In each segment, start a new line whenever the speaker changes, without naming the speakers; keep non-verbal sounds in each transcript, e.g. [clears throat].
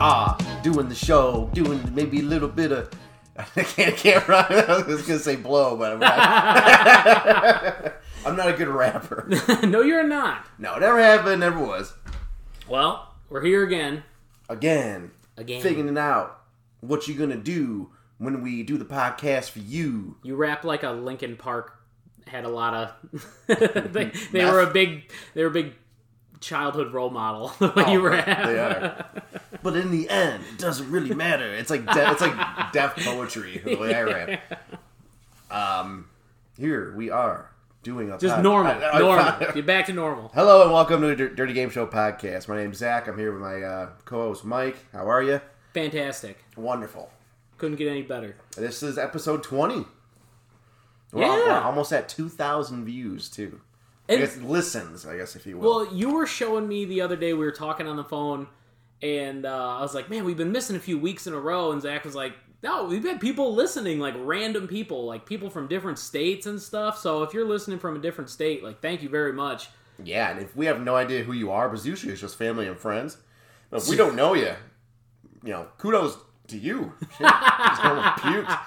ah, doing the show, doing maybe a little bit of. [laughs] I can't, can't rhyme. [laughs] I was gonna say blow, but I'm
[laughs]
not, I'm not a good rapper.
no, you're not.
No, never have been, never was.
Well, we're here again.
Again,
Again.
figuring out what you're gonna do when we do the podcast for you.
You rap like a Linkin Park had a lot
[laughs]
of. [laughs] they, they were a big. They were a big childhood role model. [laughs] The way
Oh,
you rap.
They are, but in the end, it doesn't really matter. It's like de- it's like deaf poetry the way I
[laughs]
rap. Um, here we are doing a
Just
pod-
normal.
I- I-
normal. You're back to normal.
Hello and welcome to the Dir- Dirty Game Show podcast. My name's Zach. I'm here with my uh, co-host Mike. How are you?
Fantastic.
Wonderful.
Couldn't get any better.
This is episode 20. We're,
Yeah.
al- we're almost at 2,000 views too. I
And-
guess listens, I guess if you will.
Well, you were showing me the other day. We were talking on the phone, and uh, I was like, "Man, we've been missing a few weeks in a row." And Zach was like, "No, we've had people listening, like random people, like people from different states and stuff. So if you're listening from a different state, like, thank you very much." [laughs]
yeah, and if we have no idea who you are, because usually it's just family and friends. But if we don't know you, you know, kudos to
[laughs]
you. Shit, just almost puked.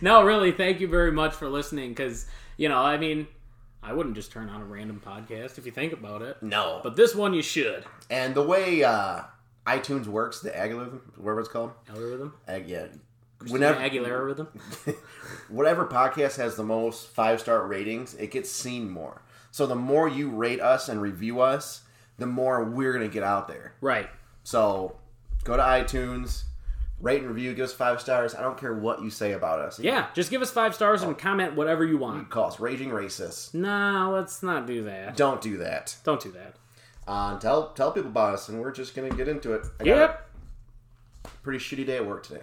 No, really, thank you very much for listening. Because you know, I mean, I wouldn't just turn on a random podcast if you think about it.
No.
But this one, you should.
And the way uh, iTunes works, the algorithm, whatever it's called,
Algorithm.
ag- yeah.
Aguilera rhythm.
whatever podcast has the most five star ratings, it gets seen more. So the more you rate us and review us, the more we're gonna get out there.
Right.
So go to iTunes, rate and review, give us five stars. I don't care what you say about us.
Yeah. Just give us five stars and comment whatever you want.
Call us raging racists.
No, let's not do that.
Don't do that.
Don't do that.
Uh, tell tell people about us, and we're just gonna get into it. I got
Yep.
a pretty shitty day at work today.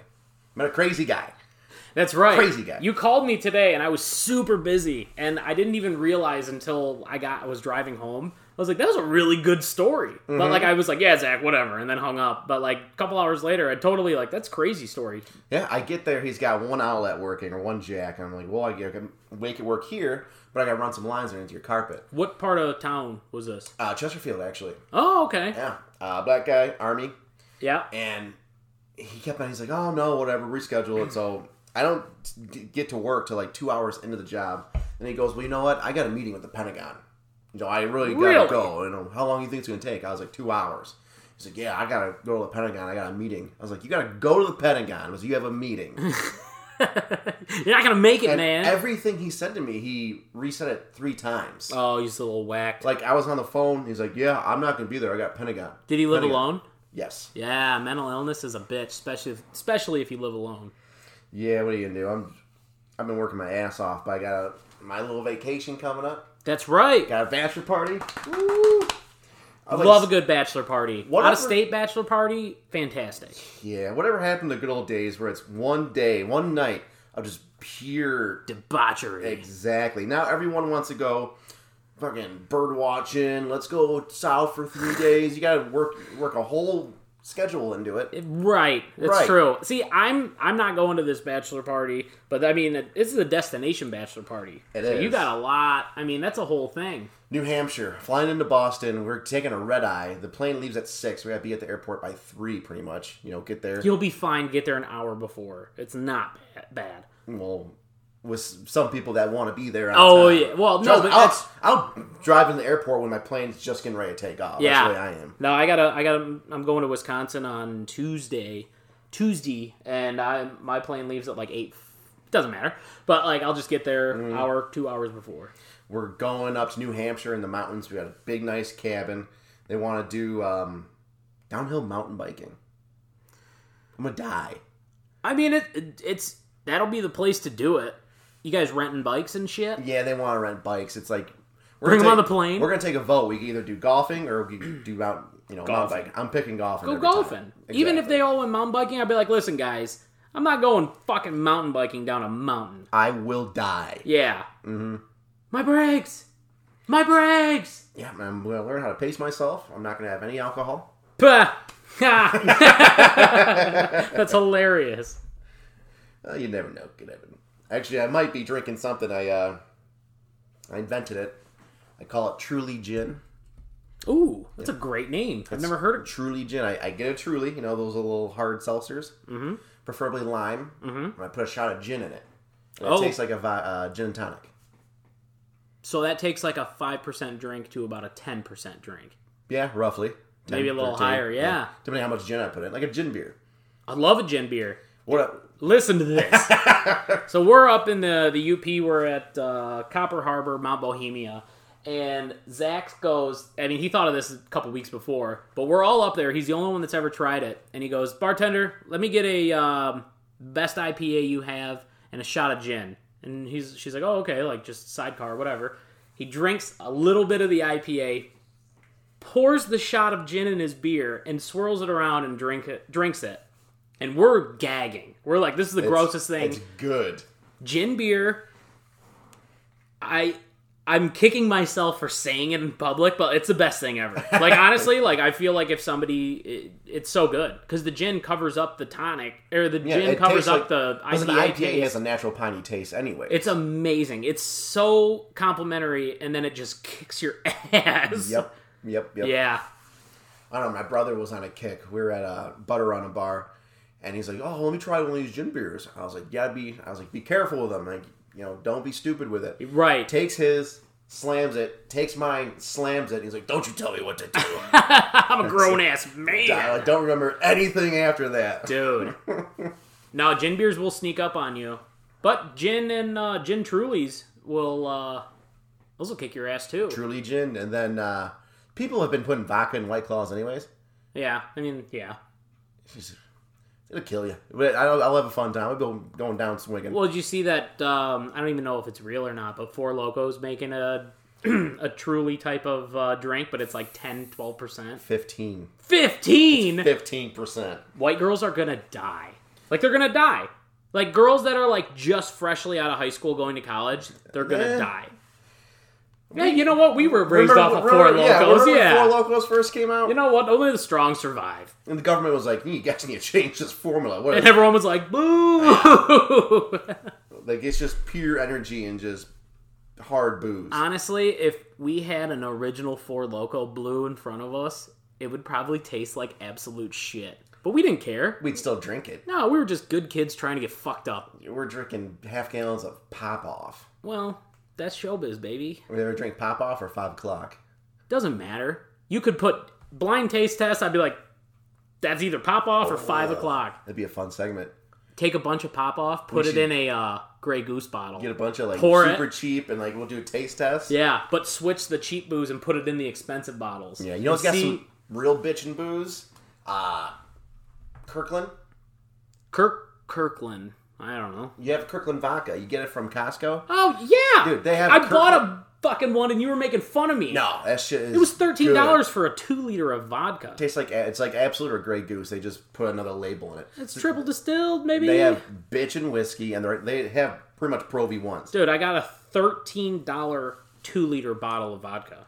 I'm a crazy guy.
That's right.
Crazy guy.
You called me today and I was super busy and I didn't even realize until I got I was driving home. I was like, that was a really good story.
Mm-hmm.
But like I was like, yeah, Zach, whatever, and then hung up. But like a couple hours later, I totally like that's crazy story.
Yeah, I get there. He's got one outlet working or one jack, and I'm like, well, I I can make it work here, but I gotta run some lines underneath your carpet.
What part of town was this?
Uh, Chesterfield, actually.
Oh, okay.
Yeah. Uh, black guy, army.
Yeah. [laughs]
And he kept on, he's like, oh, no, whatever, reschedule it. So I don't g- get to work till like two hours into the job. And he goes, well, you know what? I got a meeting with the Pentagon. You know, I really gotta
Really?
go. You know, how long do you think it's gonna take? I was like, two hours. He's like, yeah, I gotta go to the Pentagon. I got a meeting. I was like, you gotta go to the Pentagon. I was like, you have a
[laughs]
meeting.
You're not gonna make it,
And
man.
everything he said to me, he reset it three times.
oh, he's a little whacked.
like I was on the phone. He's like, yeah, I'm not gonna be there. I got Pentagon.
Did he live
Pentagon.
alone?
Yes.
Yeah, mental illness is a bitch, especially if, especially if you live alone.
Yeah, what are you gonna do? I'm I've been working my ass off, but I got a, my little vacation coming up.
That's right.
Got a bachelor party. Woo! I was like,
Love a good bachelor party.
Whatever-
Out of state bachelor party, fantastic.
yeah, whatever happened to good old days where it's one day, one night of just pure
Debauchery.
exactly. Now everyone wants to go fucking bird watching. Let's go south for three [laughs] days. You gotta work work a whole schedule into it.
Right, that's
Right.
true. See, I'm I'm not going to this bachelor party, but I mean, it- this is a destination bachelor party.
It
so You
is.
got a lot. I mean, that's a whole thing.
New Hampshire, flying into Boston. We're taking a red eye. The plane leaves at six. We gotta be at the airport by three, pretty much. You know, get there.
You'll be fine. Get there an hour before. It's not ba- bad.
well, with some people that want to be there. On
Oh,
time.
yeah. Well, no,
Trust me,
but
I'll,
that's-
I'll drive in the airport when my plane's just getting ready to take off.
Yeah.
That's the way I am.
No, I gotta, I gotta. I'm going to Wisconsin on Tuesday, Tuesday, and I my plane leaves at like eight. Doesn't matter, but like I'll just get there
Mm-hmm.
hour, two hours before.
We're going up to New Hampshire in the mountains. We got a big, nice cabin. They want to do um, downhill mountain biking. I'm gonna die.
I mean, it, it it's that'll be the place to do it. You guys renting bikes and shit.
Yeah, they want to rent bikes. It's like we're
Bring
gonna
'em on
take-
the plane.
We're gonna take a vote. We can either do golfing or we can do mount, you know, mount
Golfing.
biking. I'm picking golfing.
Go
every time.
golfing. Even if
Exactly.
they all went mountain biking, I'd be like, listen, guys, I'm not going fucking mountain biking down a mountain.
I will die.
Yeah. Mm-hmm. My brakes. My brakes.
Yeah, man, I'm gonna learn how to pace myself. I'm not gonna have any
[laughs]
alcohol.
Bah. Ha. That's hilarious.
Uh, you never know, good Evan. Actually, I might be drinking something. I uh, I invented it. I call it Truly Gin.
Ooh, that That's a great name. I've
It's
never heard of.
Truly gin. I, I get a Truly. You know those little hard seltzers, mm-hmm. preferably lime. Mm-hmm. And I put a shot of gin in it. And
Oh.
It tastes like a vi- uh, gin and tonic.
So that takes like a five percent drink to about a ten percent drink.
Yeah, roughly. 10,
Maybe a little
13,
higher, yeah.
Depending on how much gin I put in, like a gin beer.
I love a gin beer.
What? A, [laughs]
Listen to this. so we're up in the the UP. We're at uh, Copper Harbor, Mount Bohemia, and Zach goes. I mean, he thought of this a couple weeks before, but we're all up there. He's the only one that's ever tried it, and he goes, "Bartender, let me get a um, best IPA you have and a shot of gin." And he's she's like, "Oh, okay, like just sidecar, whatever." He drinks a little bit of the IPA, pours the shot of gin in his beer, and swirls it around and drink it, drinks it. And we're gagging. We're like, "This is the grossest thing."
It's good.
gin beer. I I'm kicking myself for saying it in public, but it's the best
[laughs]
thing ever. Like honestly, like I feel like if somebody, it, it's so good because the gin covers up the tonic or the gin
it
covers
tastes
up
like-
the
Because
IPA.
an IPA
taste.
has a natural piney taste anyway.
It's amazing. It's so complimentary, and then it just kicks your [laughs] ass.
yep, yep, yep.
Yeah.
I don't know. My brother was on a kick. We were at a butter on a bar, and he's like, "Oh, let me try one of these gin beers." I was like, "Yeah, be." I was like, "Be careful with them. Like, you know, don't be stupid with it."
Right. [laughs]
Takes his, slams it. Takes mine, slams it. He's like, "Don't you tell me
[laughs]
what to do."
I'm a grown ass man.
I like, don't remember anything after that.
dude. no, gin beers will sneak up on you, but gin and uh, gin Trulies will uh, those will kick your ass too.
Truly gin, and then uh, people have been putting vodka in White Claws anyways.
Yeah, I mean, yeah.
It'll kill you. But I'll, I'll have a fun time. I'll be going down swinging.
Well, did you see that? Um, I don't even know if it's real or not, but Four Locos making a [clears throat] a Truly type of uh, drink, but it's like 10, 12 percent,
15.
fifteen.
15%.
White girls are gonna die. Like they're gonna die. Like girls that are like just freshly out of high school going to college, they're gonna
Yeah.
die. Yeah, you know what? We were raised off of Four
remember- yeah,
Locos.
remember
Yeah,
When Four Locos first came out,
You know what? Only the strong survive.
and the government was like, "You guys need [laughs] to change this formula." What?
And [laughs] everyone was like, boo! [laughs]
like it's just pure energy and just hard booze.
Honestly, if we had an original Four Loco Blue in front of us, it would probably taste like absolute shit. But we didn't care.
We'd still drink it.
No, we were just good kids trying to get fucked up.
We're drinking half gallons of pop off.
Well, that's showbiz, baby.
We ever drink pop off or five o'clock?
Doesn't matter. You could put blind taste test, I'd be like, that's either pop off or five o'clock.
That'd be a fun segment.
Take a bunch of pop off, put it
should-
in a uh, gray goose bottle.
Get a bunch of like
Pour it.
super cheap and like we'll do a taste test.
Yeah, but switch the cheap booze and put it in the expensive bottles.
Yeah, you know what's got
See,
some real bitchin' booze? Uh Kirkland.
Kirk Kirkland. I don't know.
You have Kirkland vodka. You get it from Costco.
Oh yeah,
Dude, they have
I
Kirkland-
bought a fucking one, and you were making fun of me.
No, that shit is
it was thirteen
good.
dollars for a two liter of vodka.
Tastes like it's like Absolute or Grey Goose. They just put another label in it.
It's triple distilled, maybe.
They have bitch and whiskey, and they're- they have pretty much Pro V ones.
Dude, I got a thirteen dollar two liter bottle of vodka.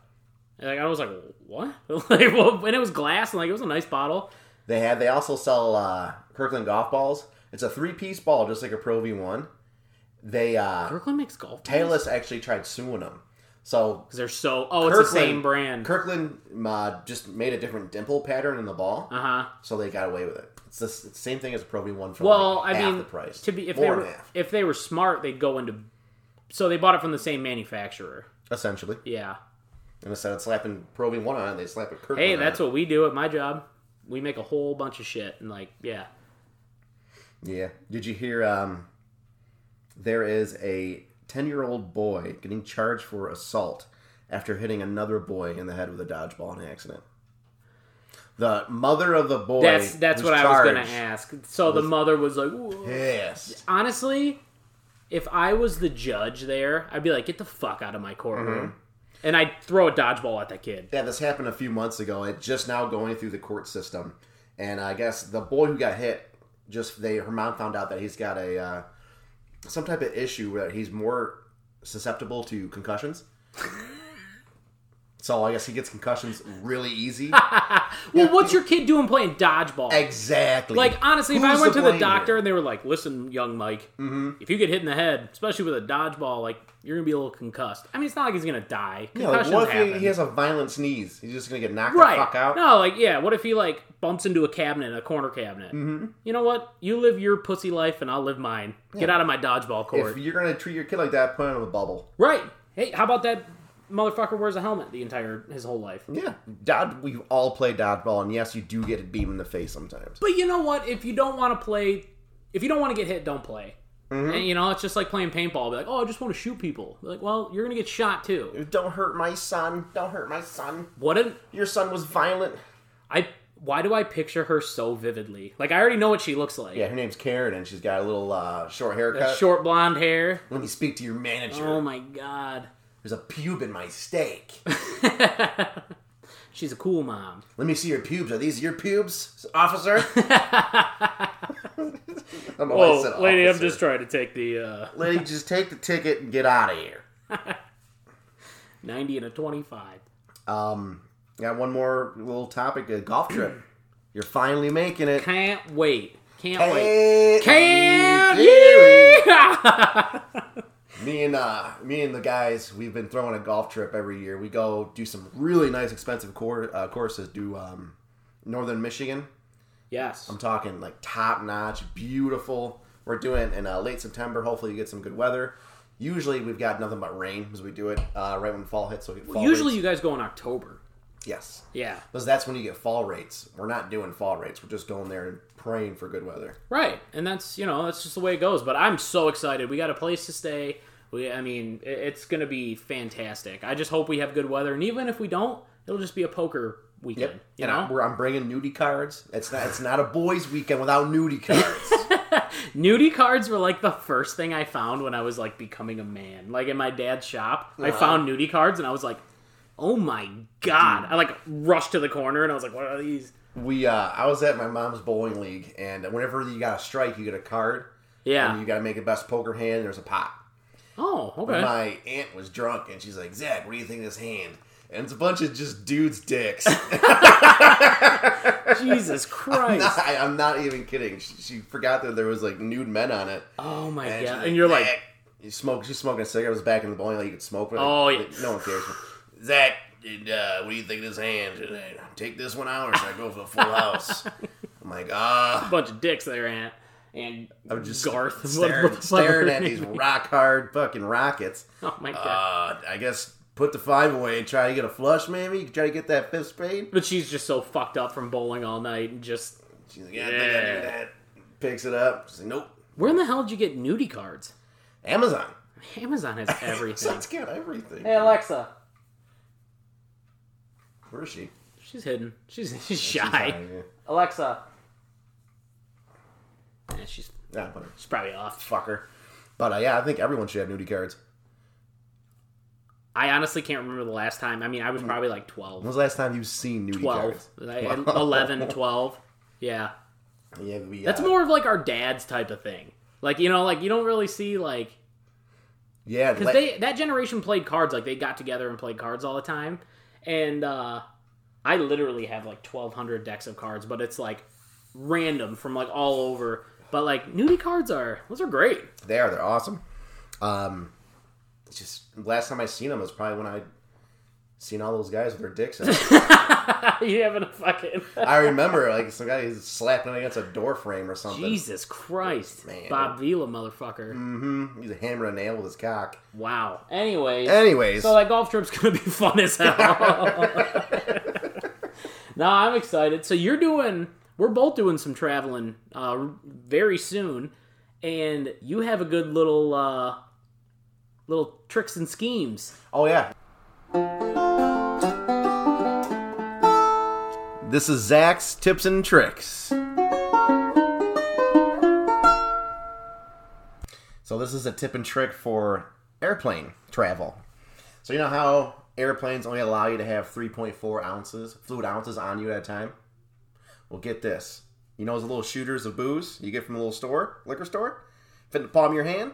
And like, I was like, what? [laughs] like, well, and it was glass, and like it was a nice bottle.
They have. They also sell uh, Kirkland golf balls. It's a three piece ball, just like a Pro V one. They uh,
Kirkland makes golf.
Payless actually tried suing them. So
Because they're so. Oh, it's the same brand.
Kirkland uh, just made a different dimple pattern in the ball,
uh huh.
so they got away with it. It's the s- it's the same thing as a Pro V one for
Well,
like
I
half
mean,
the price.
to be if
More
they
than
were
half,
if they were smart, they'd go into. So they bought it from the same manufacturer.
essentially.
Yeah.
And instead of slapping Pro V one on, it, they slap a Kirkland.
Hey,
on
that's
it.
what we do at my job. We make a whole bunch of shit and like, yeah.
yeah. Did you hear? Um, there is a ten year old boy getting charged for assault after hitting another boy in the head with a dodgeball in an accident. The mother of the boy.
That's that's what I was gonna
charged.
ask. So the mother was like, "Whoa."
Yes.
honestly, if I was the judge there, I'd be like, get the fuck out of my
Mm-hmm.
courtroom, and I'd throw a dodgeball at that kid.
Yeah, this happened a few months ago. It's just now going through the court system, and I guess the boy who got hit just they her mom found out that he's got a uh, some type of issue where he's more susceptible to
[laughs]
concussions. so I guess he gets concussions really
[laughs]
easy.
Well, what's your kid doing playing dodgeball?
exactly.
Like honestly, if I
Who's Mm-hmm.
went
to
to the
blame here?
doctor and they were like, "Listen, young Mike, if you get hit in the head, especially with a dodgeball, like You're gonna be a little concussed. I mean, it's not like he's gonna die.
Yeah, like
Concussions
what if
happen.
he, he has a violent sneeze? He's just gonna get knocked
right?
the fuck out.
No, like yeah. What if he like bumps into a cabinet, a corner cabinet? Mm-hmm. You know what? You live your pussy life, and I'll live mine. Get out of my dodgeball court.
If you're gonna treat your kid like that, put him in a bubble.
Right. Hey, how about that motherfucker wears a helmet the entire his whole life?
Yeah, dodge. We've all played dodgeball, and yes, you do get beamed in the face sometimes.
But you know what? If you don't want to play, if you don't want to get hit, don't play.
Mm-hmm.
And, you know, it's just like playing paintball. Be like, oh, I just want to shoot people. Be like, well, you're gonna get shot too.
Don't hurt my son. Don't hurt my son.
What an
Your son was violent.
I. Why do I picture her so vividly? Like I already know what she looks like.
Yeah, her name's Karen, and she's got a little uh, short haircut.
Short blonde hair.
Let me speak to your manager.
Oh my god. [laughs]
There's a pube in my steak.
She's a cool mom.
Let me see your pubes. Are these your pubes,
[laughs]
officer? [laughs] I don't know why I
Oh,
said officer.
trying to take the uh,
Lady, just take the ticket and get out of here.
ninety and a twenty-five.
Um, got one more little topic: a golf trip. [clears throat] You're finally making it.
Can't wait. Can't wait.
Hey,
Can't
Jerry.
wait.
Me and uh, me and the guys, we've been throwing a golf trip every year. We go do some really nice, expensive cour- uh, courses. Do um, northern Michigan.
[laughs] yes.
I'm talking like top notch, beautiful. We're doing in uh, late September. Hopefully, you get some good weather. Usually, we've got nothing but rain as we do it uh, right when fall hits. So we get fall
Usually,
rates.
you guys go in October.
yes,
Yeah.
because that's when you get fall rates. We're not doing fall rates. We're just going there and praying for good weather.
Right. And that's, you know, that's just the way it goes. But I'm so excited. We got a place to stay. We, I mean, it- it's going to be fantastic. I just hope we have good weather. And even if we don't, it'll just be a poker weekend. You
and I'm,
know?
we're, I'm bringing nudie cards. It's not it's not a boys' weekend without nudie cards.
Nudie cards were like the first thing I found when I was like becoming a man. Like in my dad's shop, I found nudie cards and I was like, oh my God. I like rushed to the corner and I was like, what are these?
we uh, I was at my mom's bowling league, and whenever you got a strike, you get a card, and
Yeah.
you got to make a best poker hand. And there's a pot.
Oh, okay.
My aunt was drunk, and she's like, "Zach, what do you think of this hand?" And it's a bunch of just dudes'
[laughs]
dicks. [laughs]
Jesus Christ.
I, am not even kidding. She, she forgot that there was like nude men on it.
[laughs] Oh my
And, she's
God. And you're like,
"Zach," you smoke. She's smoking a cigarette. It was back in the bowling alley. You could smoke. But
Oh, yeah.
no one
[laughs]
cares. Zach, did, uh, what do you think of this hand? Should I take this one out, or should I go for the
[laughs]
full house? I'm like, ah.
bunch of dicks there, Aunt. And
I'm just [laughs]
Garth [laughs]
staring,
What-
staring
what-
at these rock hard fucking rockets.
[laughs] Oh my god!
Uh, I guess put the five away and try to get a flush, maybe. You can try to get that fifth spade.
but she's just so fucked up from bowling all night and just.
She's like, yeah, I think I
Yeah.
do that. Picks it up. She's like, nope.
Where in the hell did you get nudie cards?
Amazon. [laughs]
Amazon has
So
everything.
it's got everything.
Alexa.
Where is she?
She's hidden. She's, [laughs] she's
She's
shy.
hiding, yeah.
Alexa. Yeah, she's
Yeah, whatever.
she's probably off.
Fucker. But uh, yeah, I think everyone should have nudie cards.
I honestly can't remember the last time. I mean,
Hmm.
I was probably like
When
12.
was the last time you've seen nudie
12.
cards?
I- I-
[laughs]
11, 12. Yeah.
Yeah, we, uh,
That's more of like our dad's type of thing. Like, you know, like you don't really see like
Yeah,
because
like-
they that generation played cards like they got together and played cards all the time and uh i literally have like 1200 decks of cards but it's like random from like all over but like nudie cards are those are great [laughs]
they are. They're awesome. Um, it's just last time I seen them was probably when I seen all those guys with their dicks. out.
you having
[laughs]
a fucking
I remember like some guy is slapping against a door frame or something.
jesus christ
Man.
bob vila motherfucker
Mm-hmm. He's a hammer and a nail with his cock.
wow anyways
Anyways,
so that golf trip's gonna be [laughs] fun as hell no i'm excited so you're doing we're both doing some traveling uh very soon and you have a good little uh little tricks and schemes
oh yeah. This is Zach's tips and tricks. So this is a tip and trick for airplane travel. So you know how airplanes only allow you to have 3.4 ounces fluid ounces on you at a time. Well, get this. You know those little shooters of booze you get from the little store, liquor store, fit in the palm of your hand.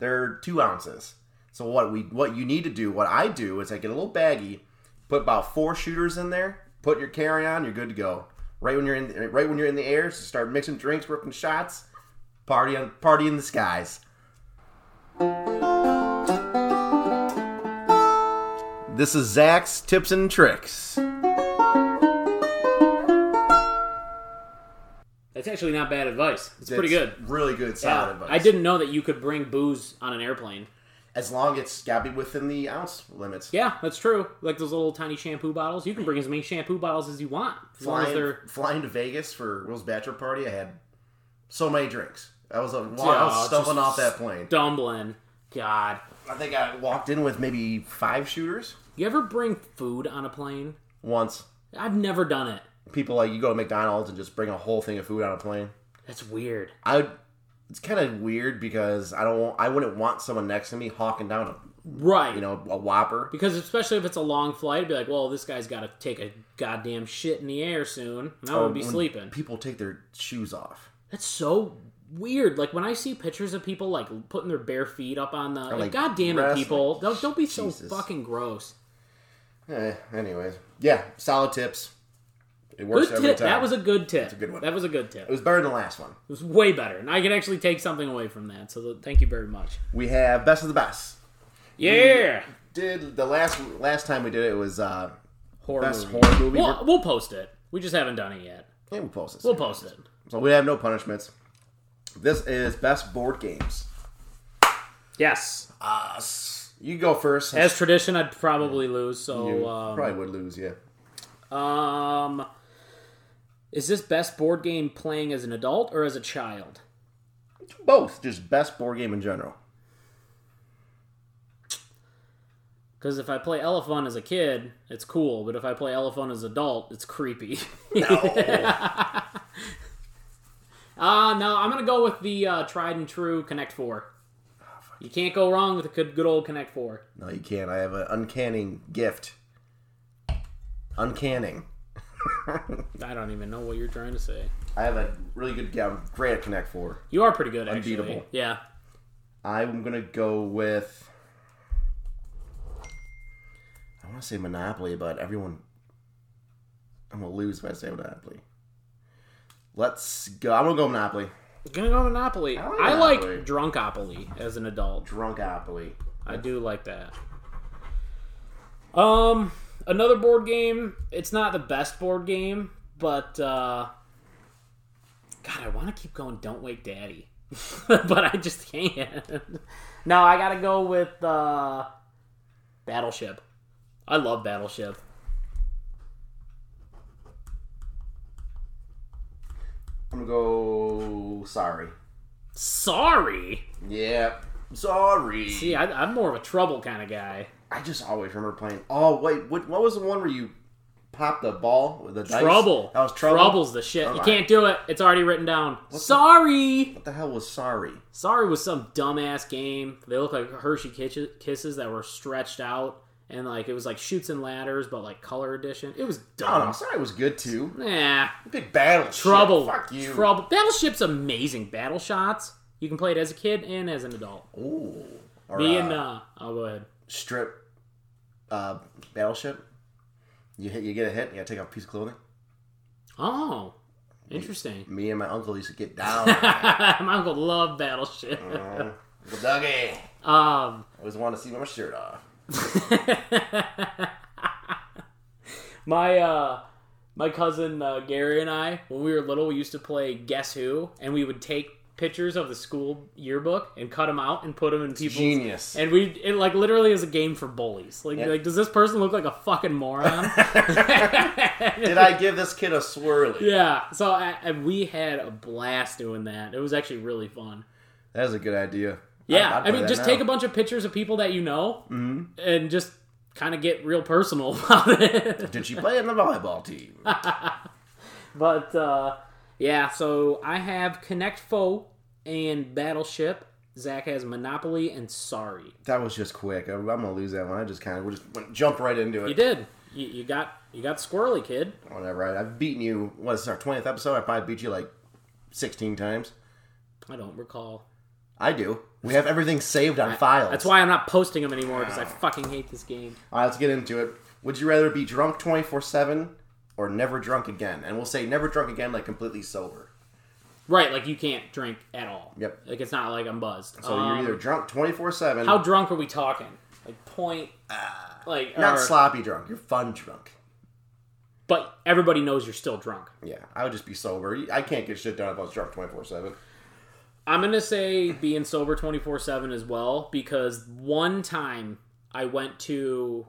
They're two ounces. So what we what you need to do, what I do is I get a little baggie, put about four shooters in there, put your carry on, you're good to go. Right when you're in right when you're in the air, so start mixing drinks, ripping shots, party on party in the skies. This is Zach's tips and tricks.
That's actually not bad advice. It's pretty good.
Really good,
Yeah.
solid advice.
I didn't know that you could bring booze on an airplane.
As long it's got to be within the ounce limits.
Yeah, that's true. Like those little tiny shampoo bottles. You can bring as many shampoo bottles as you want. As long as
Flying,
they're
flying to Vegas for Will's bachelor party, I had so many drinks. I was, a, I
Yeah,
was stumbling
just
off that plane.
stumbling. God.
I think I walked in with maybe five shooters
You ever bring food on a plane?
once.
I've never done it.
People like you go to McDonald's and just bring a whole thing of food on a plane.
That's weird.
I would, it's kind of weird because I don't I wouldn't want someone next to me hawking down a
Right.
you know a Whopper.
Because especially if it's a long flight, be like, well, this guy's got to take a goddamn shit in the air soon. Oh, And I'm
Or
gonna be
when
sleeping.
People take their shoes off.
That's so weird. Like when I see pictures of people like putting their bare feet up on the, like,
like,
goddamn it,
wrestling.
people, don't don't be so
Jesus.
fucking gross.
Eh, anyways, yeah, solid tips. It works
Good
every
tip.
time.
That was a good tip. a
good one.
That was a good tip.
it was better than the last one.
It was way better, and I can actually take something away from that. So th- thank you very much.
We have best of the best.
Yeah,
Did the last last time we did it was uh
horror
best
movie.
horror movie.
We'll, we'll post it. We just haven't done it yet.
Yeah, we'll post this.
We'll post it.
So we have no punishments. This is best board games.
Yes,
Us. You go first.
as tradition, I'd probably lose.
you
So um,
probably would lose, yeah.
um, is this best board game playing as an adult or as a child?
Both, just best board game in general.
Because if I play Elephant as a kid, it's cool. But if I play Elephant as adult, it's creepy. [laughs] Oh.
No.
uh, no, I'm gonna go with the uh, tried and true Connect Four.
Oh,
You can't go wrong with a good, good old Connect Four.
[laughs] no, you can't. I have an uncanning gift. Uncanning. [laughs]
I don't even know what you're trying to say.
I have a really good game. I'm great at Connect 4.
You are pretty good, actually.
Unbeatable.
Yeah.
I'm going to go with. I want to say Monopoly, but everyone. I'm going to lose if I say Monopoly. Let's go. I'm going to go Monopoly.
Gonna go Monopoly.
I like
I like
Monopoly.
Drunkopoly as an adult.
Drunkopoly.
I do like that. Um, another board game. It's not the best board game, but uh, God, I want to keep going. Don't wake Daddy, [laughs] but I just can't. no, I gotta go with uh, Battleship. I love Battleship.
I'm going to go. Sorry.
Sorry.
Yeah. Sorry.
See, I, I'm more of a trouble kind of guy.
I just always remember playing. Oh wait, what, what was the one where you popped the ball with the dice?
Trouble.
That was trouble.
Trouble's the shit. you
my.
can't do it. It's already written down. Sorry.
What the hell was sorry?
Sorry was some dumbass game. They look like Hershey Kitch- kisses that were stretched out, and like it was like shoots and ladders, but like color edition. It was
I don't know.
dumb.
Sorry was good too.
Nah,
Big battle. shit.
trouble.
Fuck you.
Trouble. Battleship's amazing. Battle shots. You can play it as a kid and as an adult.
Ooh. Or,
Me
uh,
and uh, oh, go ahead.
strip. Uh, battleship. You hit. You get a hit. You gotta take off a piece of clothing.
Oh,
[laughs]
interesting. [laughs]
Me and my uncle used to get down.
My uncle loved Battleship.
Uh, the doggy.
Um,
I always wanted to see my shirt off.
[laughs] my uh my cousin uh, Gary and I, when we were little, we used to play Guess Who, and we would take pictures of the school yearbook and cut them out and put them in people's. [laughs]
Genius.
And we it like literally is a game for bullies. Like, like does this person look like a
[laughs]
fucking moron? [laughs]
Did I give this kid a swirly?
yeah. So I, and we had a blast doing that. It was actually really fun.
That was a good idea.
Yeah,
I'd- I'd
I,
play
mean,
that
just
now. Mm-hmm.
take a bunch of pictures of people that you know, and just kind of get real personal [laughs] about it.
Did she play in the volleyball
[laughs]
team?
But uh, yeah, so I have Connect Foe and Battleship. Zach has Monopoly and Sorry.
That was just quick. I'm, I'm gonna lose that one. I just kind of we just went, jump right into
You
it.
did. You, you got you got squirrely, kid.
Whatever. I, I've beaten you. What is this our twentieth episode? I probably beat you like sixteen times.
I don't recall.
I do. We have everything saved on files.
That's why I'm not posting them anymore because I fucking hate this game.
All right, let's get into it. Would you rather be drunk twenty four seven or never drunk again? And we'll say never drunk again, like completely sober.
Right, like you can't drink at all.
Yep.
Like it's not like I'm buzzed. Um,
So you're either drunk twenty four seven.
how drunk are we talking? Like point Like
Uh, Not
or-
sloppy drunk. You're fun drunk.
but everybody knows you're still drunk.
Yeah, I would just be sober. I can't get shit done if I was drunk twenty four seven.
I'm gonna say being sober 24 seven as well because one time I went to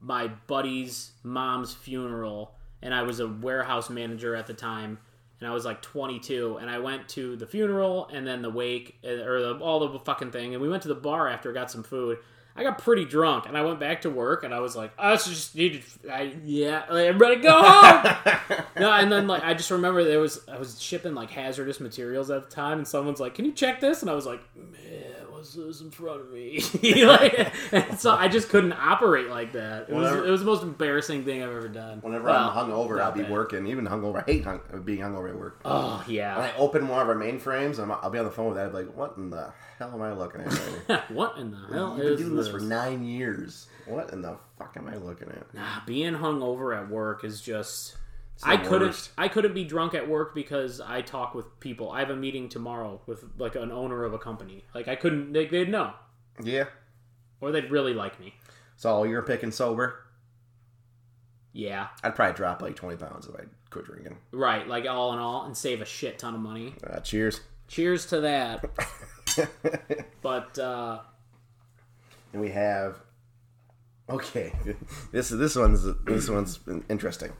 my buddy's mom's funeral and I was a warehouse manager at the time and I was like 22 and I went to the funeral and then the wake eh, or the, all the fucking thing and we went to the bar after got some food. I got pretty drunk and I went back to work and I was like, I just needed, I, yeah, I'm ready to go home. No, and then like I just remember there was I was shipping like hazardous materials at the time, and someone's like, "Can you check this?" And I was like, "Man, what's this in front of me?" [laughs] like, and so I just couldn't operate like that. It was
Whenever-
it was the most embarrassing thing I've ever done.
Whenever
Well,
I'm hungover,
not
I'll be
bad.
working. Even hungover, I hate hung, being hungover at work.
Oh
When
yeah.
I open one of our mainframes, I'm, I'll be on the phone with that. I'll be like, "What in the hell am I looking at?" Right now?
[laughs] what in the hell
I've been
is
doing
this?
this for nine years. What in the fuck am I looking at?
Nah, being hungover at work is just.
the
I couldn't.
worst.
I couldn't be drunk at work because I talk with people. I have a meeting tomorrow with like an owner of a company. Like I couldn't. They, they'd know,
Yeah.
or they'd really like me.
So you're picking sober.
Yeah.
I'd probably drop like twenty pounds if I quit drinking.
Right, like all in all, and save a shit ton of money.
Uh, cheers.
Cheers to that.
[laughs] and
But uh,
we have. Okay, [laughs] this this one's this one's interesting.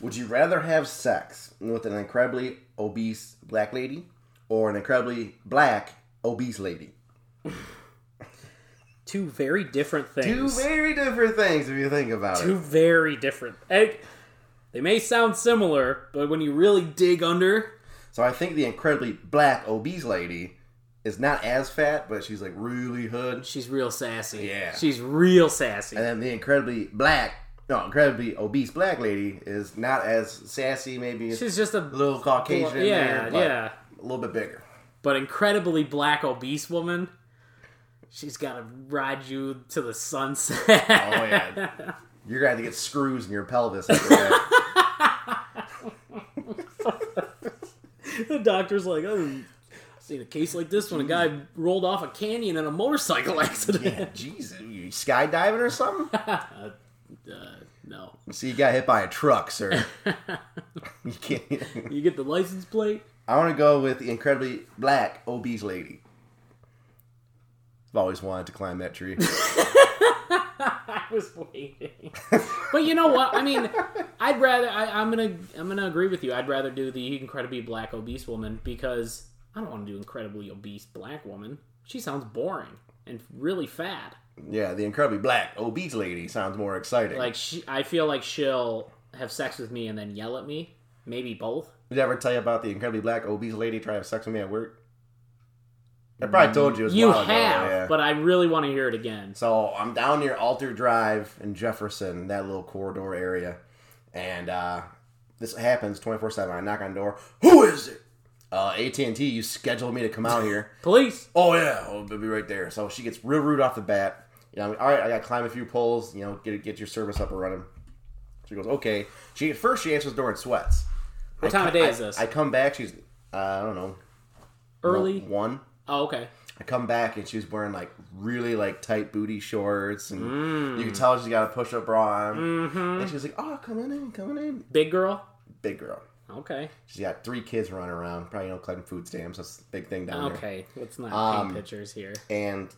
Would you rather have sex with an incredibly obese black lady or an incredibly black obese lady?
two very different
Two
things.
very different things if you think about
Two
it.
very different. eh, They may sound similar, but when you really dig under,
So I think the incredibly black obese lady is not as fat, but she's like really hood.
she's real sassy.
Yeah.
she's real sassy.
And then the incredibly black, no, incredibly obese black lady is not as sassy, maybe
She's just a
a little Caucasian. in
yeah,
there, but
yeah,
a little bit
[laughs]
bigger.
but incredibly black obese woman. She's gotta ride you to the sunset.
Oh yeah, you're gonna have to get screws in your
[laughs]
pelvis. after that.
[laughs] The doctor's like, oh, I've seen a case like this when a guy rolled off a canyon in a motorcycle [laughs]
yeah,
accident.
jeez, are you skydiving or something?
Uh, no.
So you got hit by a truck,
[laughs]
sir. you can't. [laughs]
You get the license plate? [laughs]
I want to go with the incredibly black obese lady. I've always wanted to climb that
[laughs]
tree.
I was waiting. [laughs] but you know what? I mean, I'd rather I, I'm gonna I'm gonna agree with you. I'd rather do the incredibly black obese woman because I don't want to do incredibly obese black woman. She sounds boring and really fat.
yeah, the incredibly black obese lady sounds more exciting.
Like she, I feel like she'll have sex with me and then yell at me. Maybe both.
Did I ever tell you about the incredibly black obese lady trying to have sex with me at work? I probably told you. It was a
You
while ago,
have,
yeah.
but I really want to hear it again.
so I'm down near Alter Drive in Jefferson, that little corridor area, and uh, this happens 24 seven. I knock on the door. Who is it? Uh, AT and T. You scheduled me to come out here.
Police.
Oh yeah, oh, it'll be right there. So she gets real rude off the bat. You know, I'm like, all right, I got to climb a few poles. You know, get get your service up and running. She goes, okay. She at first she answers the door in sweats.
What time of day is this?
I come back. She's uh, I don't know
Early.
one.
Oh, okay.
I come back and she was wearing like really like tight booty shorts, and you
Mm.
can tell she's got a push up bra on.
Mm-hmm.
And she's like, "Oh, coming in, coming in,
Big girl.
big girl."
Okay.
She's got three kids running around, probably you know collecting food stamps. That's a big thing down there.
Okay. Let's not
Um,
paint pictures here.
And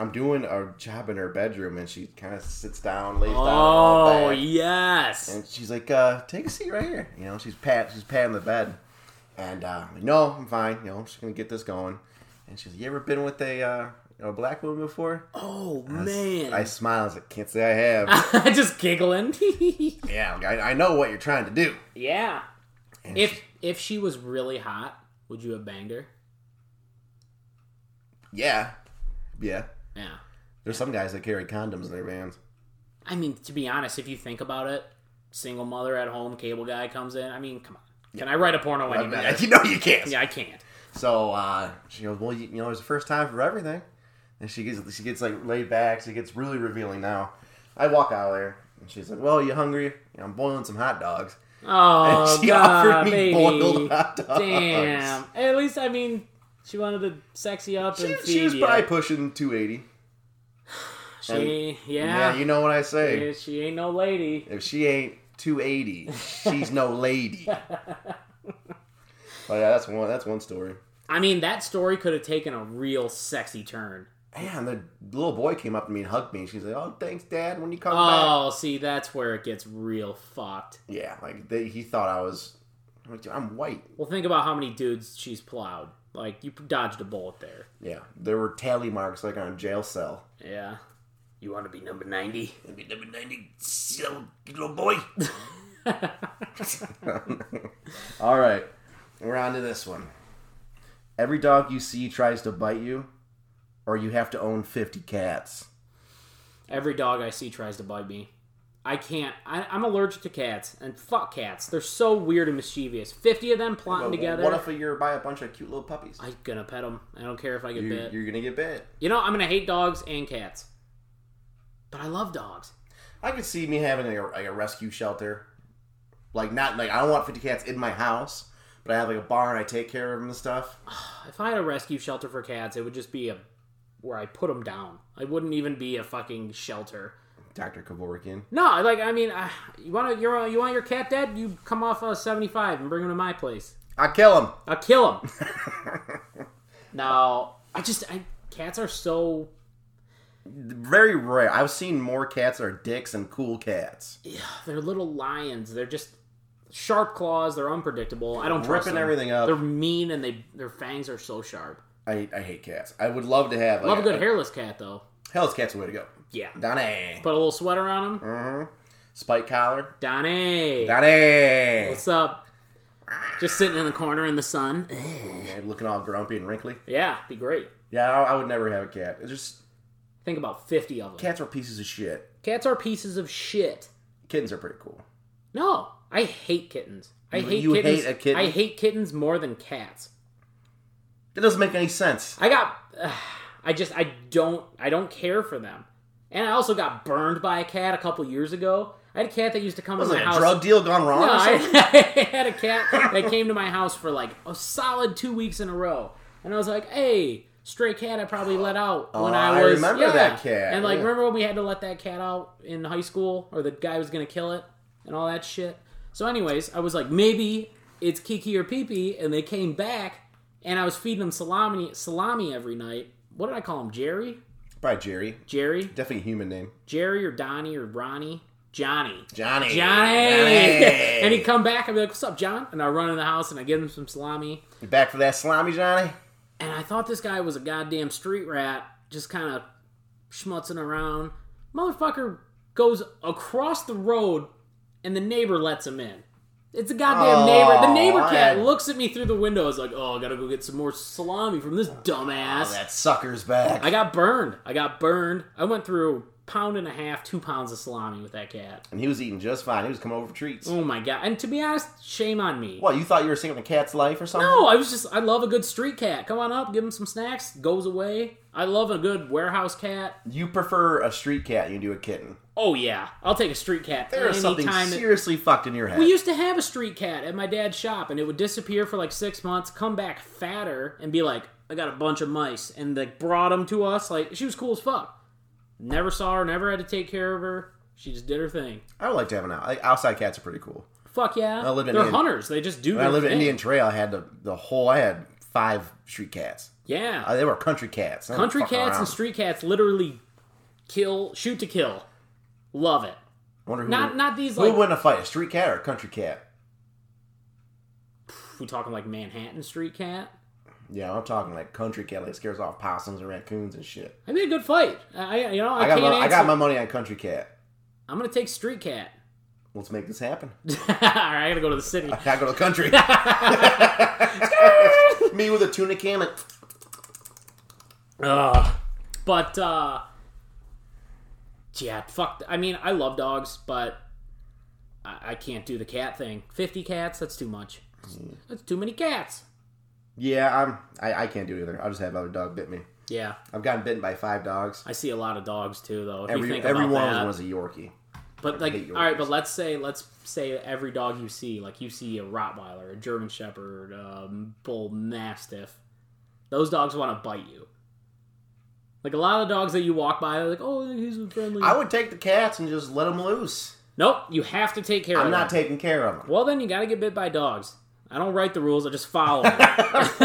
I'm doing a job in her bedroom, and she kind of sits down, lays down, all
Oh
back.
yes.
And she's like, uh, take a seat right here. You know, she's pat she's patting the bed. And uh, I'm like, no, I'm fine, you know, I'm just gonna get this going. And she's like, You ever been with a uh, a black woman before?
Oh
I s-
man.
I smile, I was like, Can't say I
[laughs]
have.
I just giggling. [laughs]
yeah, like, I, I know what you're trying to do.
yeah.
And
If
she-
if she was really hot, would you have banged her?
Yeah. Yeah.
Yeah.
There's some guys that carry condoms in their vans.
I mean, to be honest, if you think about it, single mother at home, cable guy comes in. I mean, come on. Can I write a porno any better?
[laughs] you know you can't.
[laughs] Yeah, I can't.
So uh, she goes, well, you, you know, it's the first time for everything. And she gets she gets like laid back. She gets really revealing now. I walk out of there, and she's like, "Well, you hungry? You know, I'm boiling some hot dogs." [laughs] [laughs]
Oh,
And she
God,
offered me
baby.
boiled hot dogs.
Damn. At least, I mean, she wanted to sexy up
She,
and feed
she was
you.
probably pushing 280.
She,
Yeah,
yeah,
you know what I say.
Yeah, she ain't no lady.
If she ain't 280, she's no lady.
[laughs]
but yeah, that's one. That's one story.
I mean, that story could have taken a real sexy turn.
Yeah, and the little boy came up to me and hugged me. She's like, "Oh, thanks, Dad. When you come back."
Oh, see, that's where it gets real fucked.
Yeah, like they, he thought I was. I'm, like, "Dude, I'm white.
Well, think about how many dudes she's plowed. Like, you dodged a bullet there.
Yeah, there were tally marks like on a jail cell.
Yeah. You want to be number 90?
It'd be number ninety, little, little boy. All right, we're on to this one. Every dog you see tries to bite you, or you have to own fifty cats.
Every dog I see tries to bite me. I can't. I, I'm allergic to cats. And fuck cats. They're so weird and mischievous. 50 of them plotting together.
What if you're by a bunch of cute little puppies?
I'm gonna pet them. I don't care if I get
You,
bit.
you're gonna get bit.
You know, I'm gonna hate dogs and cats. But I love dogs.
I could see me having like a, like a rescue shelter, like not like I don't want fifty cats in my house, but I have like a barn. I take care of them and stuff.
If I had a rescue shelter for cats, it would just be a where I put them down. It wouldn't even be a fucking shelter.
Doctor Kevorkian.
No, I like I mean, I, you want your you want your cat dead? You come off uh, 75 and bring him to my place.
I kill him.
I'll kill him.
[laughs]
no, I just I cats are so
Very rare. I've seen more cats that are dicks and cool cats.
they're little lions. They're just sharp claws. They're unpredictable. I don't trust
Ripping
them.
everything up.
They're mean and they their fangs are so sharp.
I, I hate cats. I would love to have. Like,
Love a good hairless cat though.
Hell's cat's the way to go.
Yeah.
Donnie.
Put a little sweater on him.
Mm-hmm. Spike collar.
Donnie.
Donnie.
What's up? Just sitting in the corner in the sun.
Yeah, Looking all grumpy and wrinkly.
Yeah, be great.
Yeah, I, I would never have a cat. It's just
Think about 50 of them.
cats are pieces of shit.
Cats are pieces of shit.
Kittens are pretty cool.
No, I hate kittens. I hate
you
kittens.
hate a kitten?
I hate kittens more than cats.
That doesn't make any sense.
I got I just I don't I don't care for them. And I also got burned by a cat a couple years ago. I had a cat that used to come
Was
in my
it a
house.
drug deal gone wrong?
No,
or
I,
something?
[laughs] I had a cat that came to my house for like a solid two weeks in a row, and I was like, "Hey, stray cat, I probably
[gasps]
let out when
Oh,
I
I
was."
remember
yeah.
that cat,
And like,
yeah.
remember when we had to let that cat out in high school, or the guy was gonna kill it, and all that shit. So, anyways, I was like, maybe it's Kiki or Pee Pee, and they came back, and I was feeding them salami, salami every night. What did I call him? Jerry,
Probably Jerry.
Jerry,
Definitely a human name.
Jerry, or Donnie, or Ronnie, Johnny.
Johnny.
Johnny. [laughs] and he'd come back and be like, What's up, John? And I run in the house and I give him some salami.
You back for that slimy, Johnny?
And I thought this guy was a goddamn street rat, just kind of schmutzing around. Motherfucker goes across the road and the neighbor lets him in. It's a goddamn
Oh,
neighbor. The neighbor cat
I-
looks at me through the window. Is like, oh, I gotta go get some more salami from this dumbass.
Oh, that sucker's back.
I got burned. I got burned. I went through pound and a half, two pounds of salami with that cat.
and he was eating just fine. He was coming over for treats.
Oh my god! And to be honest, shame on me.
What, you thought you were saving a cat's life or something?
No, Oh, I was just I love a good street cat. Come on up, give him some snacks, goes away. I love a good warehouse cat.
You prefer a street cat than you do a kitten.
Oh yeah, I'll take a street cat
There is something
anytime.
seriously fucked in your head.
we used to have a street cat at my dad's shop, and it would disappear for like six months, come back fatter, and be like, "I got a bunch of mice," and they brought them to us. Like she was cool as fuck. Never saw her, never had to take care of her. She just did her thing.
I would like to have an out. Like, outside cats are pretty cool.
Fuck yeah,
I lived in
they're
Indian-
hunters. They just do.
When I
their
lived at
thing.
Indian Trail, I had the, the whole, I had five street cats.
Yeah,
Uh, they were country cats. They weren't
Country
fucking
cats
around.
and street cats literally kill, shoot to kill. Love it.
I wonder who
Not
would-
not these
Who
like
would win a fight, a street cat or a country cat?
we talking like Manhattan street cat.
Yeah, I'm talking like country cat, like scares off possums and raccoons and shit.
That'd be a good fight. I I- Oh, you know I,
I got,
can't
my,
answer.
I got my money on country cat.
I'm gonna take street cat. [laughs]
Let's make this happen.
All right, I gotta go to the city.
I gotta go to the
[laughs]
country. [laughs] Me with a tuna can. Like,
Ugh. But uh yeah, fuck. I mean, I love dogs, but I, I can't do the cat thing. Fifty cats, that's too much. That's too many cats.
yeah, I'm. I, I can't do it either. I'll just have other dog bit me.
Yeah,
I've gotten bitten by five dogs.
I see a lot of dogs too, though. If you
Every
think
every
about
one
that.
of them was a Yorkie.
But like,
hate your
all right, but
voice.
let's say let's say every dog you see, like you see a Rottweiler, a German Shepherd, um, Bull Mastiff, those dogs want to bite you. Like a lot of dogs that you walk by, they're like, "Oh, he's friendly."
I would take the cats and just let them loose.
nope, you have to take care
I'm
of
not
them.
taking care of
[laughs]
them.
well, then you got to get bit by dogs. I don't write the rules; I just follow them.
[laughs]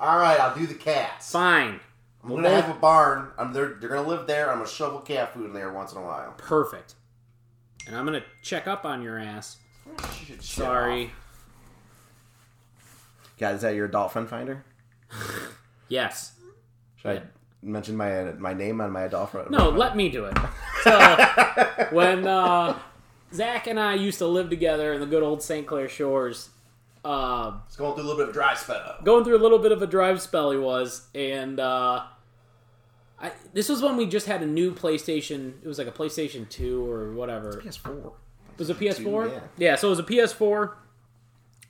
All right, I'll do the cats.
Fine,
I'm gonna have a barn. I'm, they're they're gonna live there. I'm gonna shovel cat food in there once in a while.
perfect. And I'm gonna check up on your ass.
Shit
Sorry.
off. God, is that your adult friend finder?
Yes.
Should I mention my my name on my adult friend?
No, let me do it. So when uh, Zach and I used to live together in the good old St. Clair Shores, uh,
It's going through a little bit of dry spell. [laughs]
going through a little bit of a drive spell, he was, and uh, I, this was when we just had a new PlayStation. It was like a PlayStation Two or whatever.
PS4.
It was a PS4.
yeah.
so it was a PS4,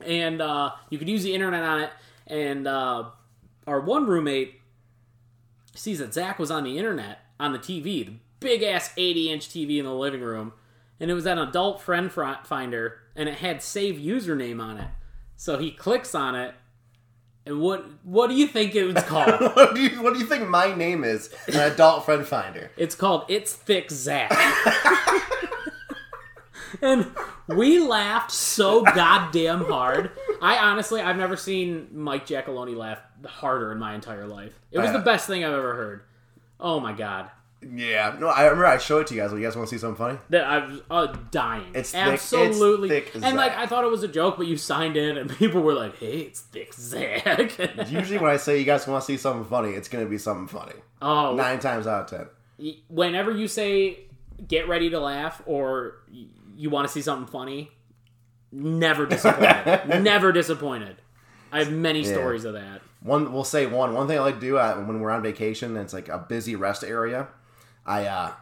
and uh, you could use the internet on it. And uh, our one roommate sees that Zach was on the internet on the TV, the big ass eighty inch TV in the living room, and it was an adult friend fri- finder, and it had save username on it. So he clicks on it, and what what do you think it was called?
What do you what do you think my name is? An adult friend finder.
It's called It's Thick Zach. and we laughed so goddamn hard. I honestly, I've never seen Mike Giacalone laugh harder in my entire life. It was
Uh,
the best thing I've ever heard. Oh my god.
Yeah. No, I remember I showed it to you guys. Well, you guys want to see something funny?
That I was uh, dying.
It's thick- it's
Absolutely.
thick
and like,
Zach.
I thought it was a joke, but you signed in, and [laughs] people were like, hey, it's Thick Zach. [laughs]
Usually when I say you guys want to see something funny, it's gonna be something funny.
oh,
Nine times out of ten.
y- whenever you say get ready to laugh or y- you want to see something funny never
[laughs]
disappointed never disappointed i have many stories of that
One, we'll say one. One thing I like to do uh, when we're on vacation and it's like a busy rest area, I uh,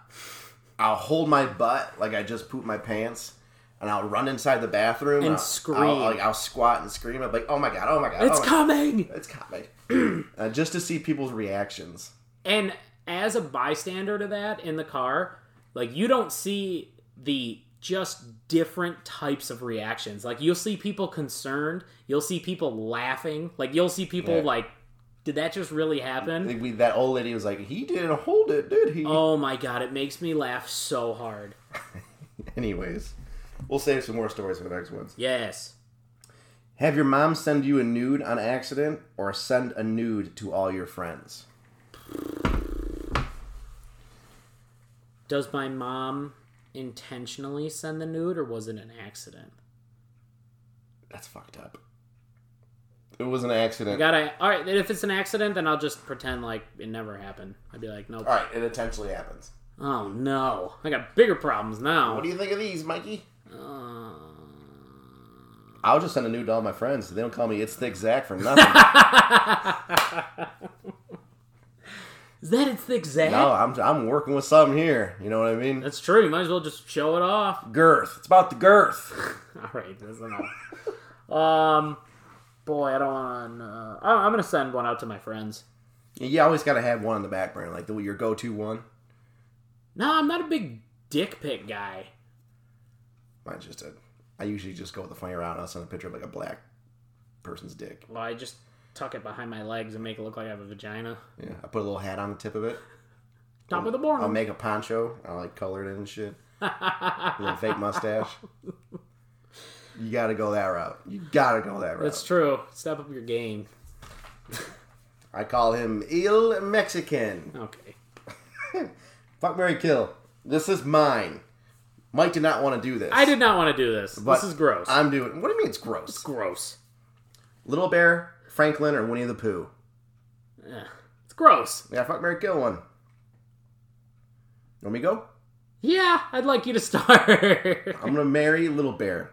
I'll hold my butt like I just pooped my pants, and I'll run inside the bathroom
And
I'll-
scream.
I'll, like, I'll squat and scream. I'm like, oh my god, oh my god,
it's
oh my
coming
God. it's coming, [clears throat] uh, just to see people's reactions.
and as a bystander to that in the car like you don't see the just different types of reactions like you'll see people concerned you'll see people laughing like you'll see people
Yeah.
like did that just really
I
happen
think we, that old lady was like, he didn't hold it, did he?
oh my god it makes me laugh so hard
Anyways, we'll save some more stories for the next ones.
yes
Have your mom send you a nude on accident, or send a nude to all your friends.
Does my mom intentionally send the nude or was it an accident?
That's fucked up. It was an accident.
I gotta, all right, if it's an accident, then I'll just pretend like it never happened. I'd be like, nope.
All right, it intentionally happens.
Oh no. I got bigger problems now.
What do you think of these, Mikey?
Uh,
I'll just send a nude to all my friends. They don't call me It's Thick Zach for nothing.
Is that its thick Zach?
no, I'm, I'm working with something here. You know what I mean?
That's true. You might as well just show it off. [laughs]
Girth. It's about the girth.
All right, that's enough. um, boy, I don't want to. Uh, I- I'm gonna send one out to my friends.
You always got to have one on the back burner, like the, your go to one.
No, I'm not a big dick pic guy.
Mine's just a. I usually just go with the funny round. I'll send a picture of like a black person's dick.
Well, I just tuck it behind my legs and make it look like I have a vagina.
Yeah, I put a little hat on the tip of it.
Top of the morning.
I'll make a poncho. I'll like color it in and
[laughs]
shit. a little fake mustache. You gotta go that route. You gotta go that route.
That's true. Step up your game.
I call him Il Mexican.
Okay.
Fuck Mary Kill. This is mine. Mike did not want to do this.
I did not want to do this.
but
this is gross.
I'm doing. What do you mean it's gross?
gross.
Little Bear, Franklin, or Winnie the Pooh?
Ugh. It's gross.
Yeah, fuck Mary Kill one. Let me to go.
Yeah, I'd like you
[laughs]
to start.
I'm gonna marry Little Bear.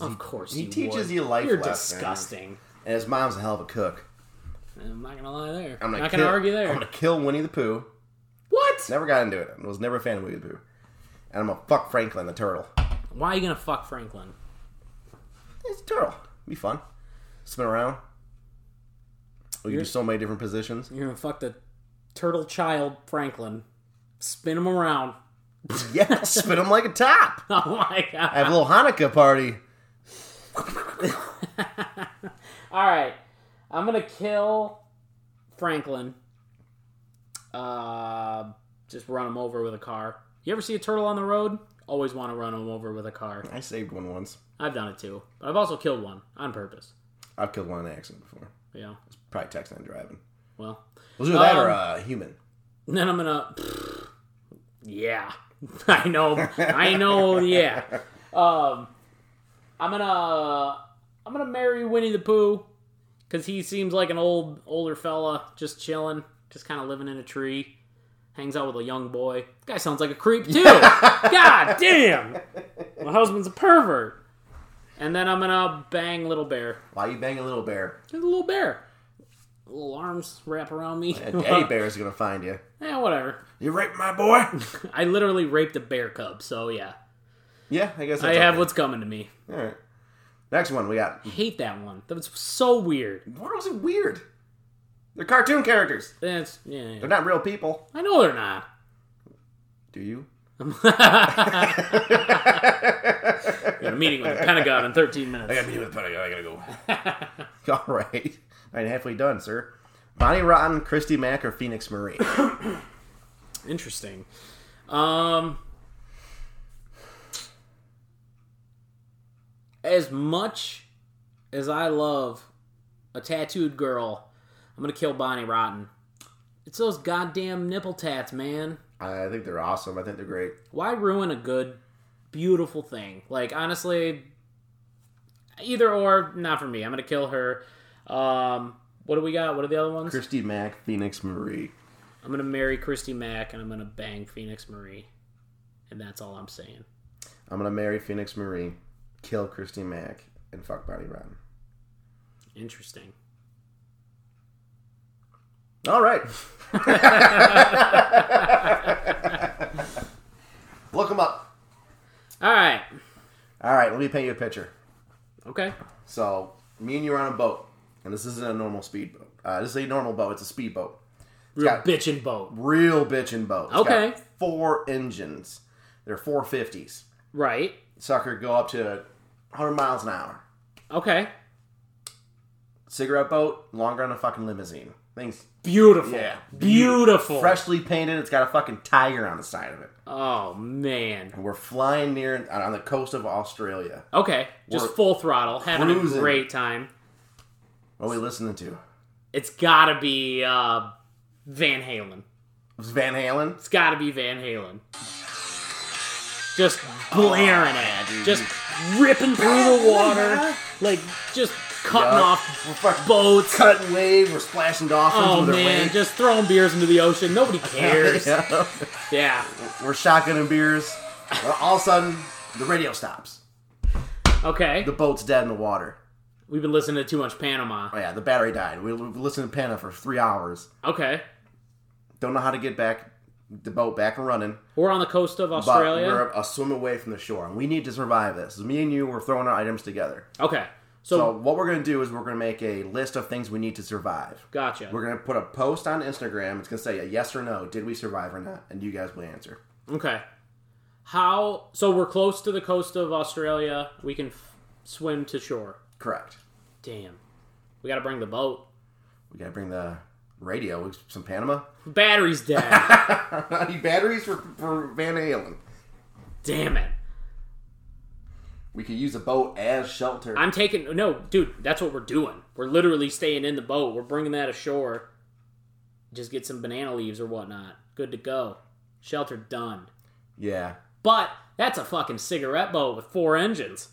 of course,
He
you
teaches
would.
you life
You're
lessons.
disgusting.
And his mom's a hell of a cook.
I'm not gonna lie there.
I'm
I'm
gonna
not gonna
kill-
argue there.
I'm gonna kill Winnie the Pooh.
What?
Never got into it. I was never a fan of Winnie the Pooh. And I'm gonna fuck Franklin the turtle.
Why are you gonna fuck Franklin?
It's a turtle. Be fun. Spin around. We can do so many different [laughs] positions.
You're gonna fuck the turtle child Franklin. Spin him around. [laughs]
Yeah, spin him like a top.
Oh my god.
I have a little Hanukkah party.
[laughs] All right, I'm gonna kill Franklin Uh, just run them over with a car. You ever see a turtle on the road? Always want to run them over with a car.
I saved one once.
I've done it too, but I've also killed one on purpose.
I've killed one in an accident before.
Yeah.
Probably texting and driving.
Well,
Was it that or
Um,
uh, human?
then I'm gonna. yeah, [laughs] I know. I know. Yeah. Um, I'm gonna. I'm gonna marry Winnie the Pooh because he seems like an old older fella, just chilling, just kind of living in a tree. Hangs out with a young boy. Guy sounds like a creep too. God damn! My husband's a pervert. And then I'm gonna bang little bear.
Why you bang a little bear?
There's a little bear. Little arms wrap around me.
[laughs] A daddy bear's gonna find you.
[laughs] yeah, whatever.
You raped my boy.
I literally raped a bear cub, so yeah.
yeah, I guess
I
that's
have
okay.
what's coming to me.
All right. Next one we got.
I hate that one. That was so weird.
Why was it weird? They're cartoon characters.
That's yeah. yeah.
They're not real people.
I know they're not. [laughs]
Do you?
I
I
got a meeting with the Pentagon in 13 minutes.
meet with Pentagon. I gotta go. [laughs] All right. All right, halfway done, sir. Bonnie Rotten, Christy Mack, or Phoenix [laughs] Marie?
Interesting. Um, as much as I love a tattooed girl, I'm gonna kill Bonnie Rotten. It's those goddamn nipple tats, man.
I think they're awesome. I think they're great.
why ruin a good beautiful thing like honestly either or not for me i'm gonna kill her um what do we got what are the other ones
Christy Mack, Phoenix Marie.
i'm gonna marry christy mack and i'm gonna bang phoenix marie and that's all i'm saying
I'm gonna marry Phoenix Marie, kill Christy Mack, and fuck Bonnie Rotten.
interesting
All right. [laughs] Look them up.
all right
All right, let me paint you a picture.
okay
So, me and you are on a boat, and this isn't a normal speedboat. Uh, this is a normal boat. It's a speedboat.
real
got-
bitchin' boat
Real bitchin' boat. It's
Okay.
got four engines. They're 450s.
right
Sucker go up to 100 miles an hour.
okay
Cigarette boat, longer on a fucking limousine. Things
beautiful
Yeah.
beautiful
freshly painted. It's got a fucking tiger on the side of it.
oh man
And we're flying near on the coast of Australia.
okay just
We're
full throttle having
cruising.
a great time
What are we listening to?
it's gotta be uh van halen
It's Van Halen.
It's got to be Van Halen. Just blaring at it, just ripping through the water, like just cutting
Yeah.
off
We're fucking
boats.
cutting waves. We're splashing dolphins
Oh
with our
man,
wings.
just throwing beers into the
[laughs]
ocean. Nobody cares. yeah.
Yeah. [laughs] We're shotgunning beers. And all of a sudden, the radio stops.
Okay.
The boat's dead in the water.
We've been listening to too much Panama.
Oh yeah, the battery died. We we listened to Panda for three hours.
Okay.
Don't know how to get back the boat back and running.
We're on the coast of
But
Australia.
we're a swim away from the shore, and we need to survive this. Me and you, we're throwing our items together.
Okay. So,
So what we're gonna do is we're gonna make a list of things we need to survive.
gotcha.
We're gonna put a post on Instagram. It's gonna say a yes or no. Did we survive or not? And you guys will answer.
Okay. How? So we're close to the coast of Australia. We can f- swim to shore.
Correct.
Damn. We got to bring the boat.
We gotta bring the radio. Some Panama. [laughs]
Battery's dead. [laughs]
I need batteries for, for Van Halen.
Damn it.
We could use a boat as shelter.
I'm taking no, dude. That's what we're doing. We're literally staying in the boat. We're bringing that ashore. Just get some banana leaves or whatnot. Good to go. Shelter done.
yeah.
But that's a fucking cigarette boat with four engines,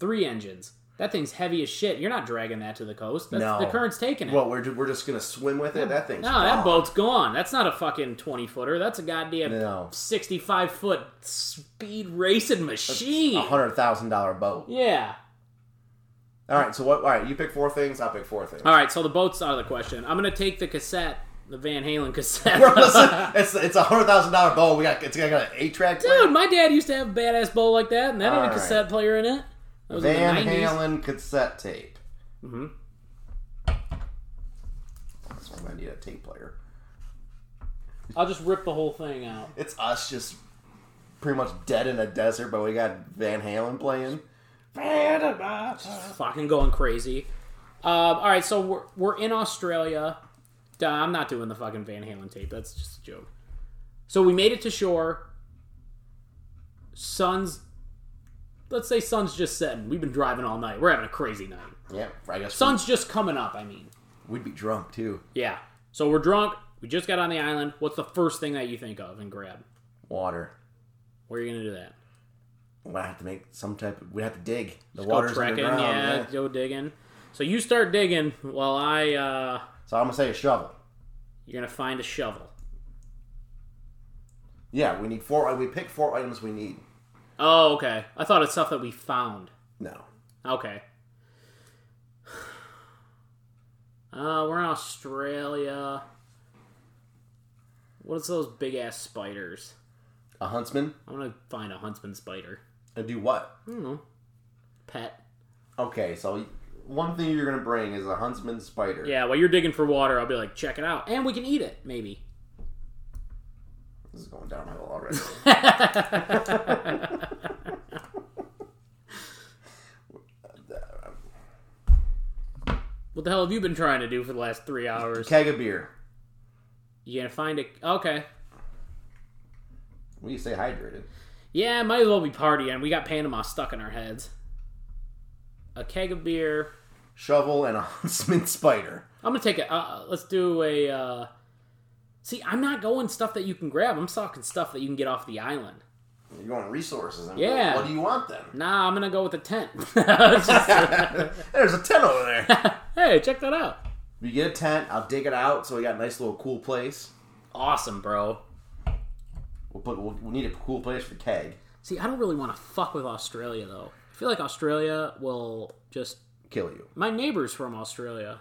three engines. That thing's heavy as shit. You're not dragging that to the coast. That's,
No.
The current's taking it.
Well, we're, ju- we're just gonna swim with it. That thing's
no, that
gone.
boat's gone. That's not a fucking twenty footer. That's a goddamn
No.
sixty-five foot speed racing machine.
A hundred thousand dollar boat.
Yeah.
All right. So what? All right. You pick four things. I'll pick four [laughs] things.
All right, so the boat's out of the question. I'm gonna take the cassette, the Van
[laughs]
Halen cassette.
We're listening- it's it's a hundred thousand dollar boat. We got it's got an eight track.
[laughs] Dude, my dad used to have a badass boat like that, and that
All
had a
right.
cassette player in it. That was
Van
in the 90s.
Halen cassette tape.
Mhm.
That's why I need a tape player.
I'll just rip the whole thing out.
It's us just pretty much dead in a desert, but we got Van Halen playing. Panama.
Fucking going crazy. Um, all right, so we're, we're in Australia. Duh, I'm not doing the fucking Van Halen tape. That's just a joke. So we made it to shore. Sun's, let's say sun's just setting. We've been driving all night. We're having a crazy night.
Yeah, I guess
Sun's just coming up. I mean,
we'd be drunk too.
yeah. So we're drunk. We just got on the island. What's the first thing that you think of and grab?
Water.
Where are you gonna do that?
We're gonna have to make some type. Of, we have to dig. The
Go
water's
trekking,
underground.
yeah,
yeah.
Go digging. So you start digging while I, uh,
So I'm gonna say a shovel.
you're gonna find a shovel.
Yeah, we need four. We pick four items we need.
Oh, okay. I thought it's stuff that we found.
No.
Okay. [sighs] Uh, we're in Australia. What's those big ass spiders?
A huntsman.
I'm gonna find a huntsman spider.
And do what?
I don't know. Pet.
Okay, so one thing you're gonna bring is a huntsman spider.
Yeah, while you're digging for water, I'll be like, check it out. And we can eat it, maybe. [laughs]
This is going downhill already. [laughs]
What the hell have you been trying to do for the last three hours?
Keg of beer.
You gonna find a. Okay.
We stay hydrated.
Yeah, might as well be partying. We got Panama stuck in our heads. A keg of beer.
Shovel and a huntsman [laughs] spider.
I'm gonna take it. Uh, let's do a. Uh, see, I'm not going stuff that you can grab. I'm talking stuff that you can get off the island.
You're going resources. And
Yeah.
What do you want then? [laughs]
Nah, I'm gonna go with a tent. [laughs] Just-
There's a tent over
[laughs]
there.
hey, check that out.
we get a tent. I'll dig it out so we got a nice little cool place.
Awesome, bro.
We'll put. We'll, we need a cool place for keg.
See, I don't really want to fuck with Australia though. I feel like Australia will just.
Kill you.
My neighbor's from Australia.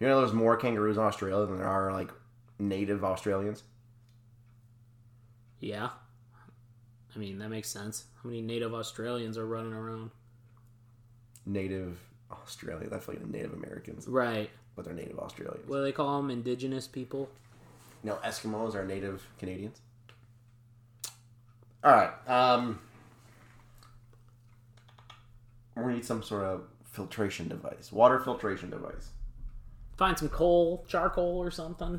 You know, there's more kangaroos in Australia than there are like native Australians.
Yeah. I mean, that makes sense. How many native Australians are running around?
Native Australians. That's like Native Americans,
Right.
but they're native Australians.
What do they call them? Indigenous people?
No, Eskimos are native Canadians. All right. Um, we need some sort of filtration device, water filtration device.
Find some coal, charcoal, or something.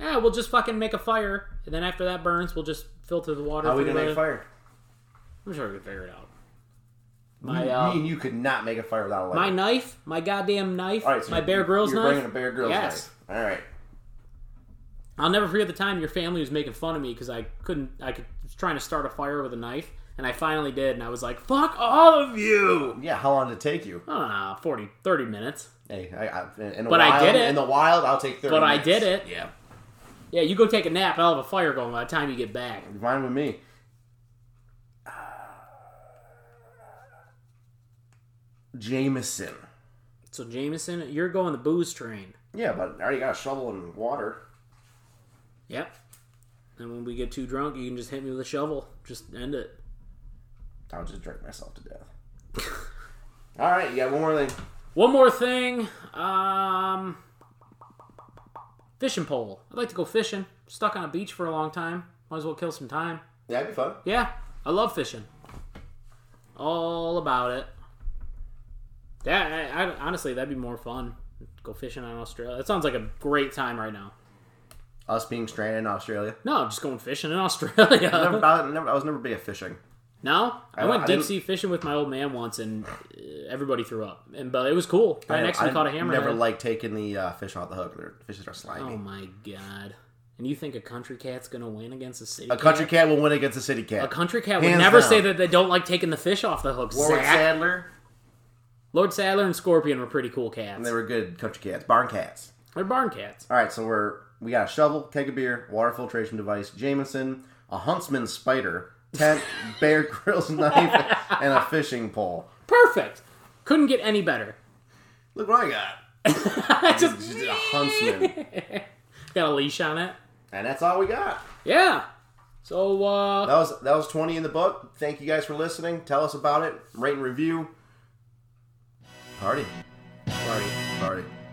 Yeah, we'll just fucking make a fire, and then after that burns, we'll just filter the water.
How are we
through
gonna
the-
make fire?
I'm sure we can figure it out.
Me-
My uh,
me and you could not make a fire without a lighter.
my knife, my goddamn knife,
All right, so
my
you're-
Bear Grylls
you're
knife.
bringing a Bear Grylls
Yes.
knife. All right.
I'll never forget the time your family was making fun of me because I couldn't. I could, was trying to start a fire with a knife, and I finally did, and I was like, "Fuck all of you!"
Yeah, how long did it take you?
I don't know, 40, 30 minutes.
Hey, I, I, in the
But I
wild,
did it.
In the wild, I'll take 30
But I
minutes.
did it.
Yeah.
Yeah, you go take a nap, and I'll have a fire going by the time you get back.
Fine with me. Jameson.
So Jameson, you're going the booze train.
Yeah, but I already got a shovel and water.
Yep. And when we get too drunk, you can just hit me with a shovel. Just end it.
I'll just drink myself to death. [laughs] All right, you got one more thing.
One more thing. Um, fishing pole. I'd like to go fishing. Stuck on a beach for a long time. Might as well kill some time.
Yeah, that'd be fun.
Yeah, I love fishing. All about it. That I, I, honestly, that'd be more fun. Go fishing on Australia. That sounds like a great time right now.
Us being stranded in Australia.
No, just going fishing in [laughs]
I,
Australia.
never, I, never, I was never big at fishing.
no, I
I-
went
I
deep
didn't-
sea fishing with my old man once, and uh, everybody threw up. And but it was cool. Right next, we
I
caught a
Never
hammerhead.
liked taking the uh, fish off the hook. Their fishes are slimy.
Oh my god! And you think a country cat's gonna win against a city?
A country cat will win against a city cat.
A country cat would
Hands
never
down.
say that they don't like taking the fish off the hook.
Warwick
Zach.
Sadler.
Lord Sadler and Scorpion were pretty cool cats.
They were good country cats, barn cats.
They're barn cats.
All right, so we're we got a shovel, keg of beer, water filtration device, Jameson, a huntsman spider, tent, [laughs] bear grills knife, and a fishing pole.
Perfect. Couldn't get any better. [laughs]
Look what I got.
I just
Just a huntsman,
got a leash on it.
and that's all we got.
Yeah. So uh,
That was that was twenty in the book. Thank you guys for listening. Tell us about it. Rate and review. Party,
party.
party.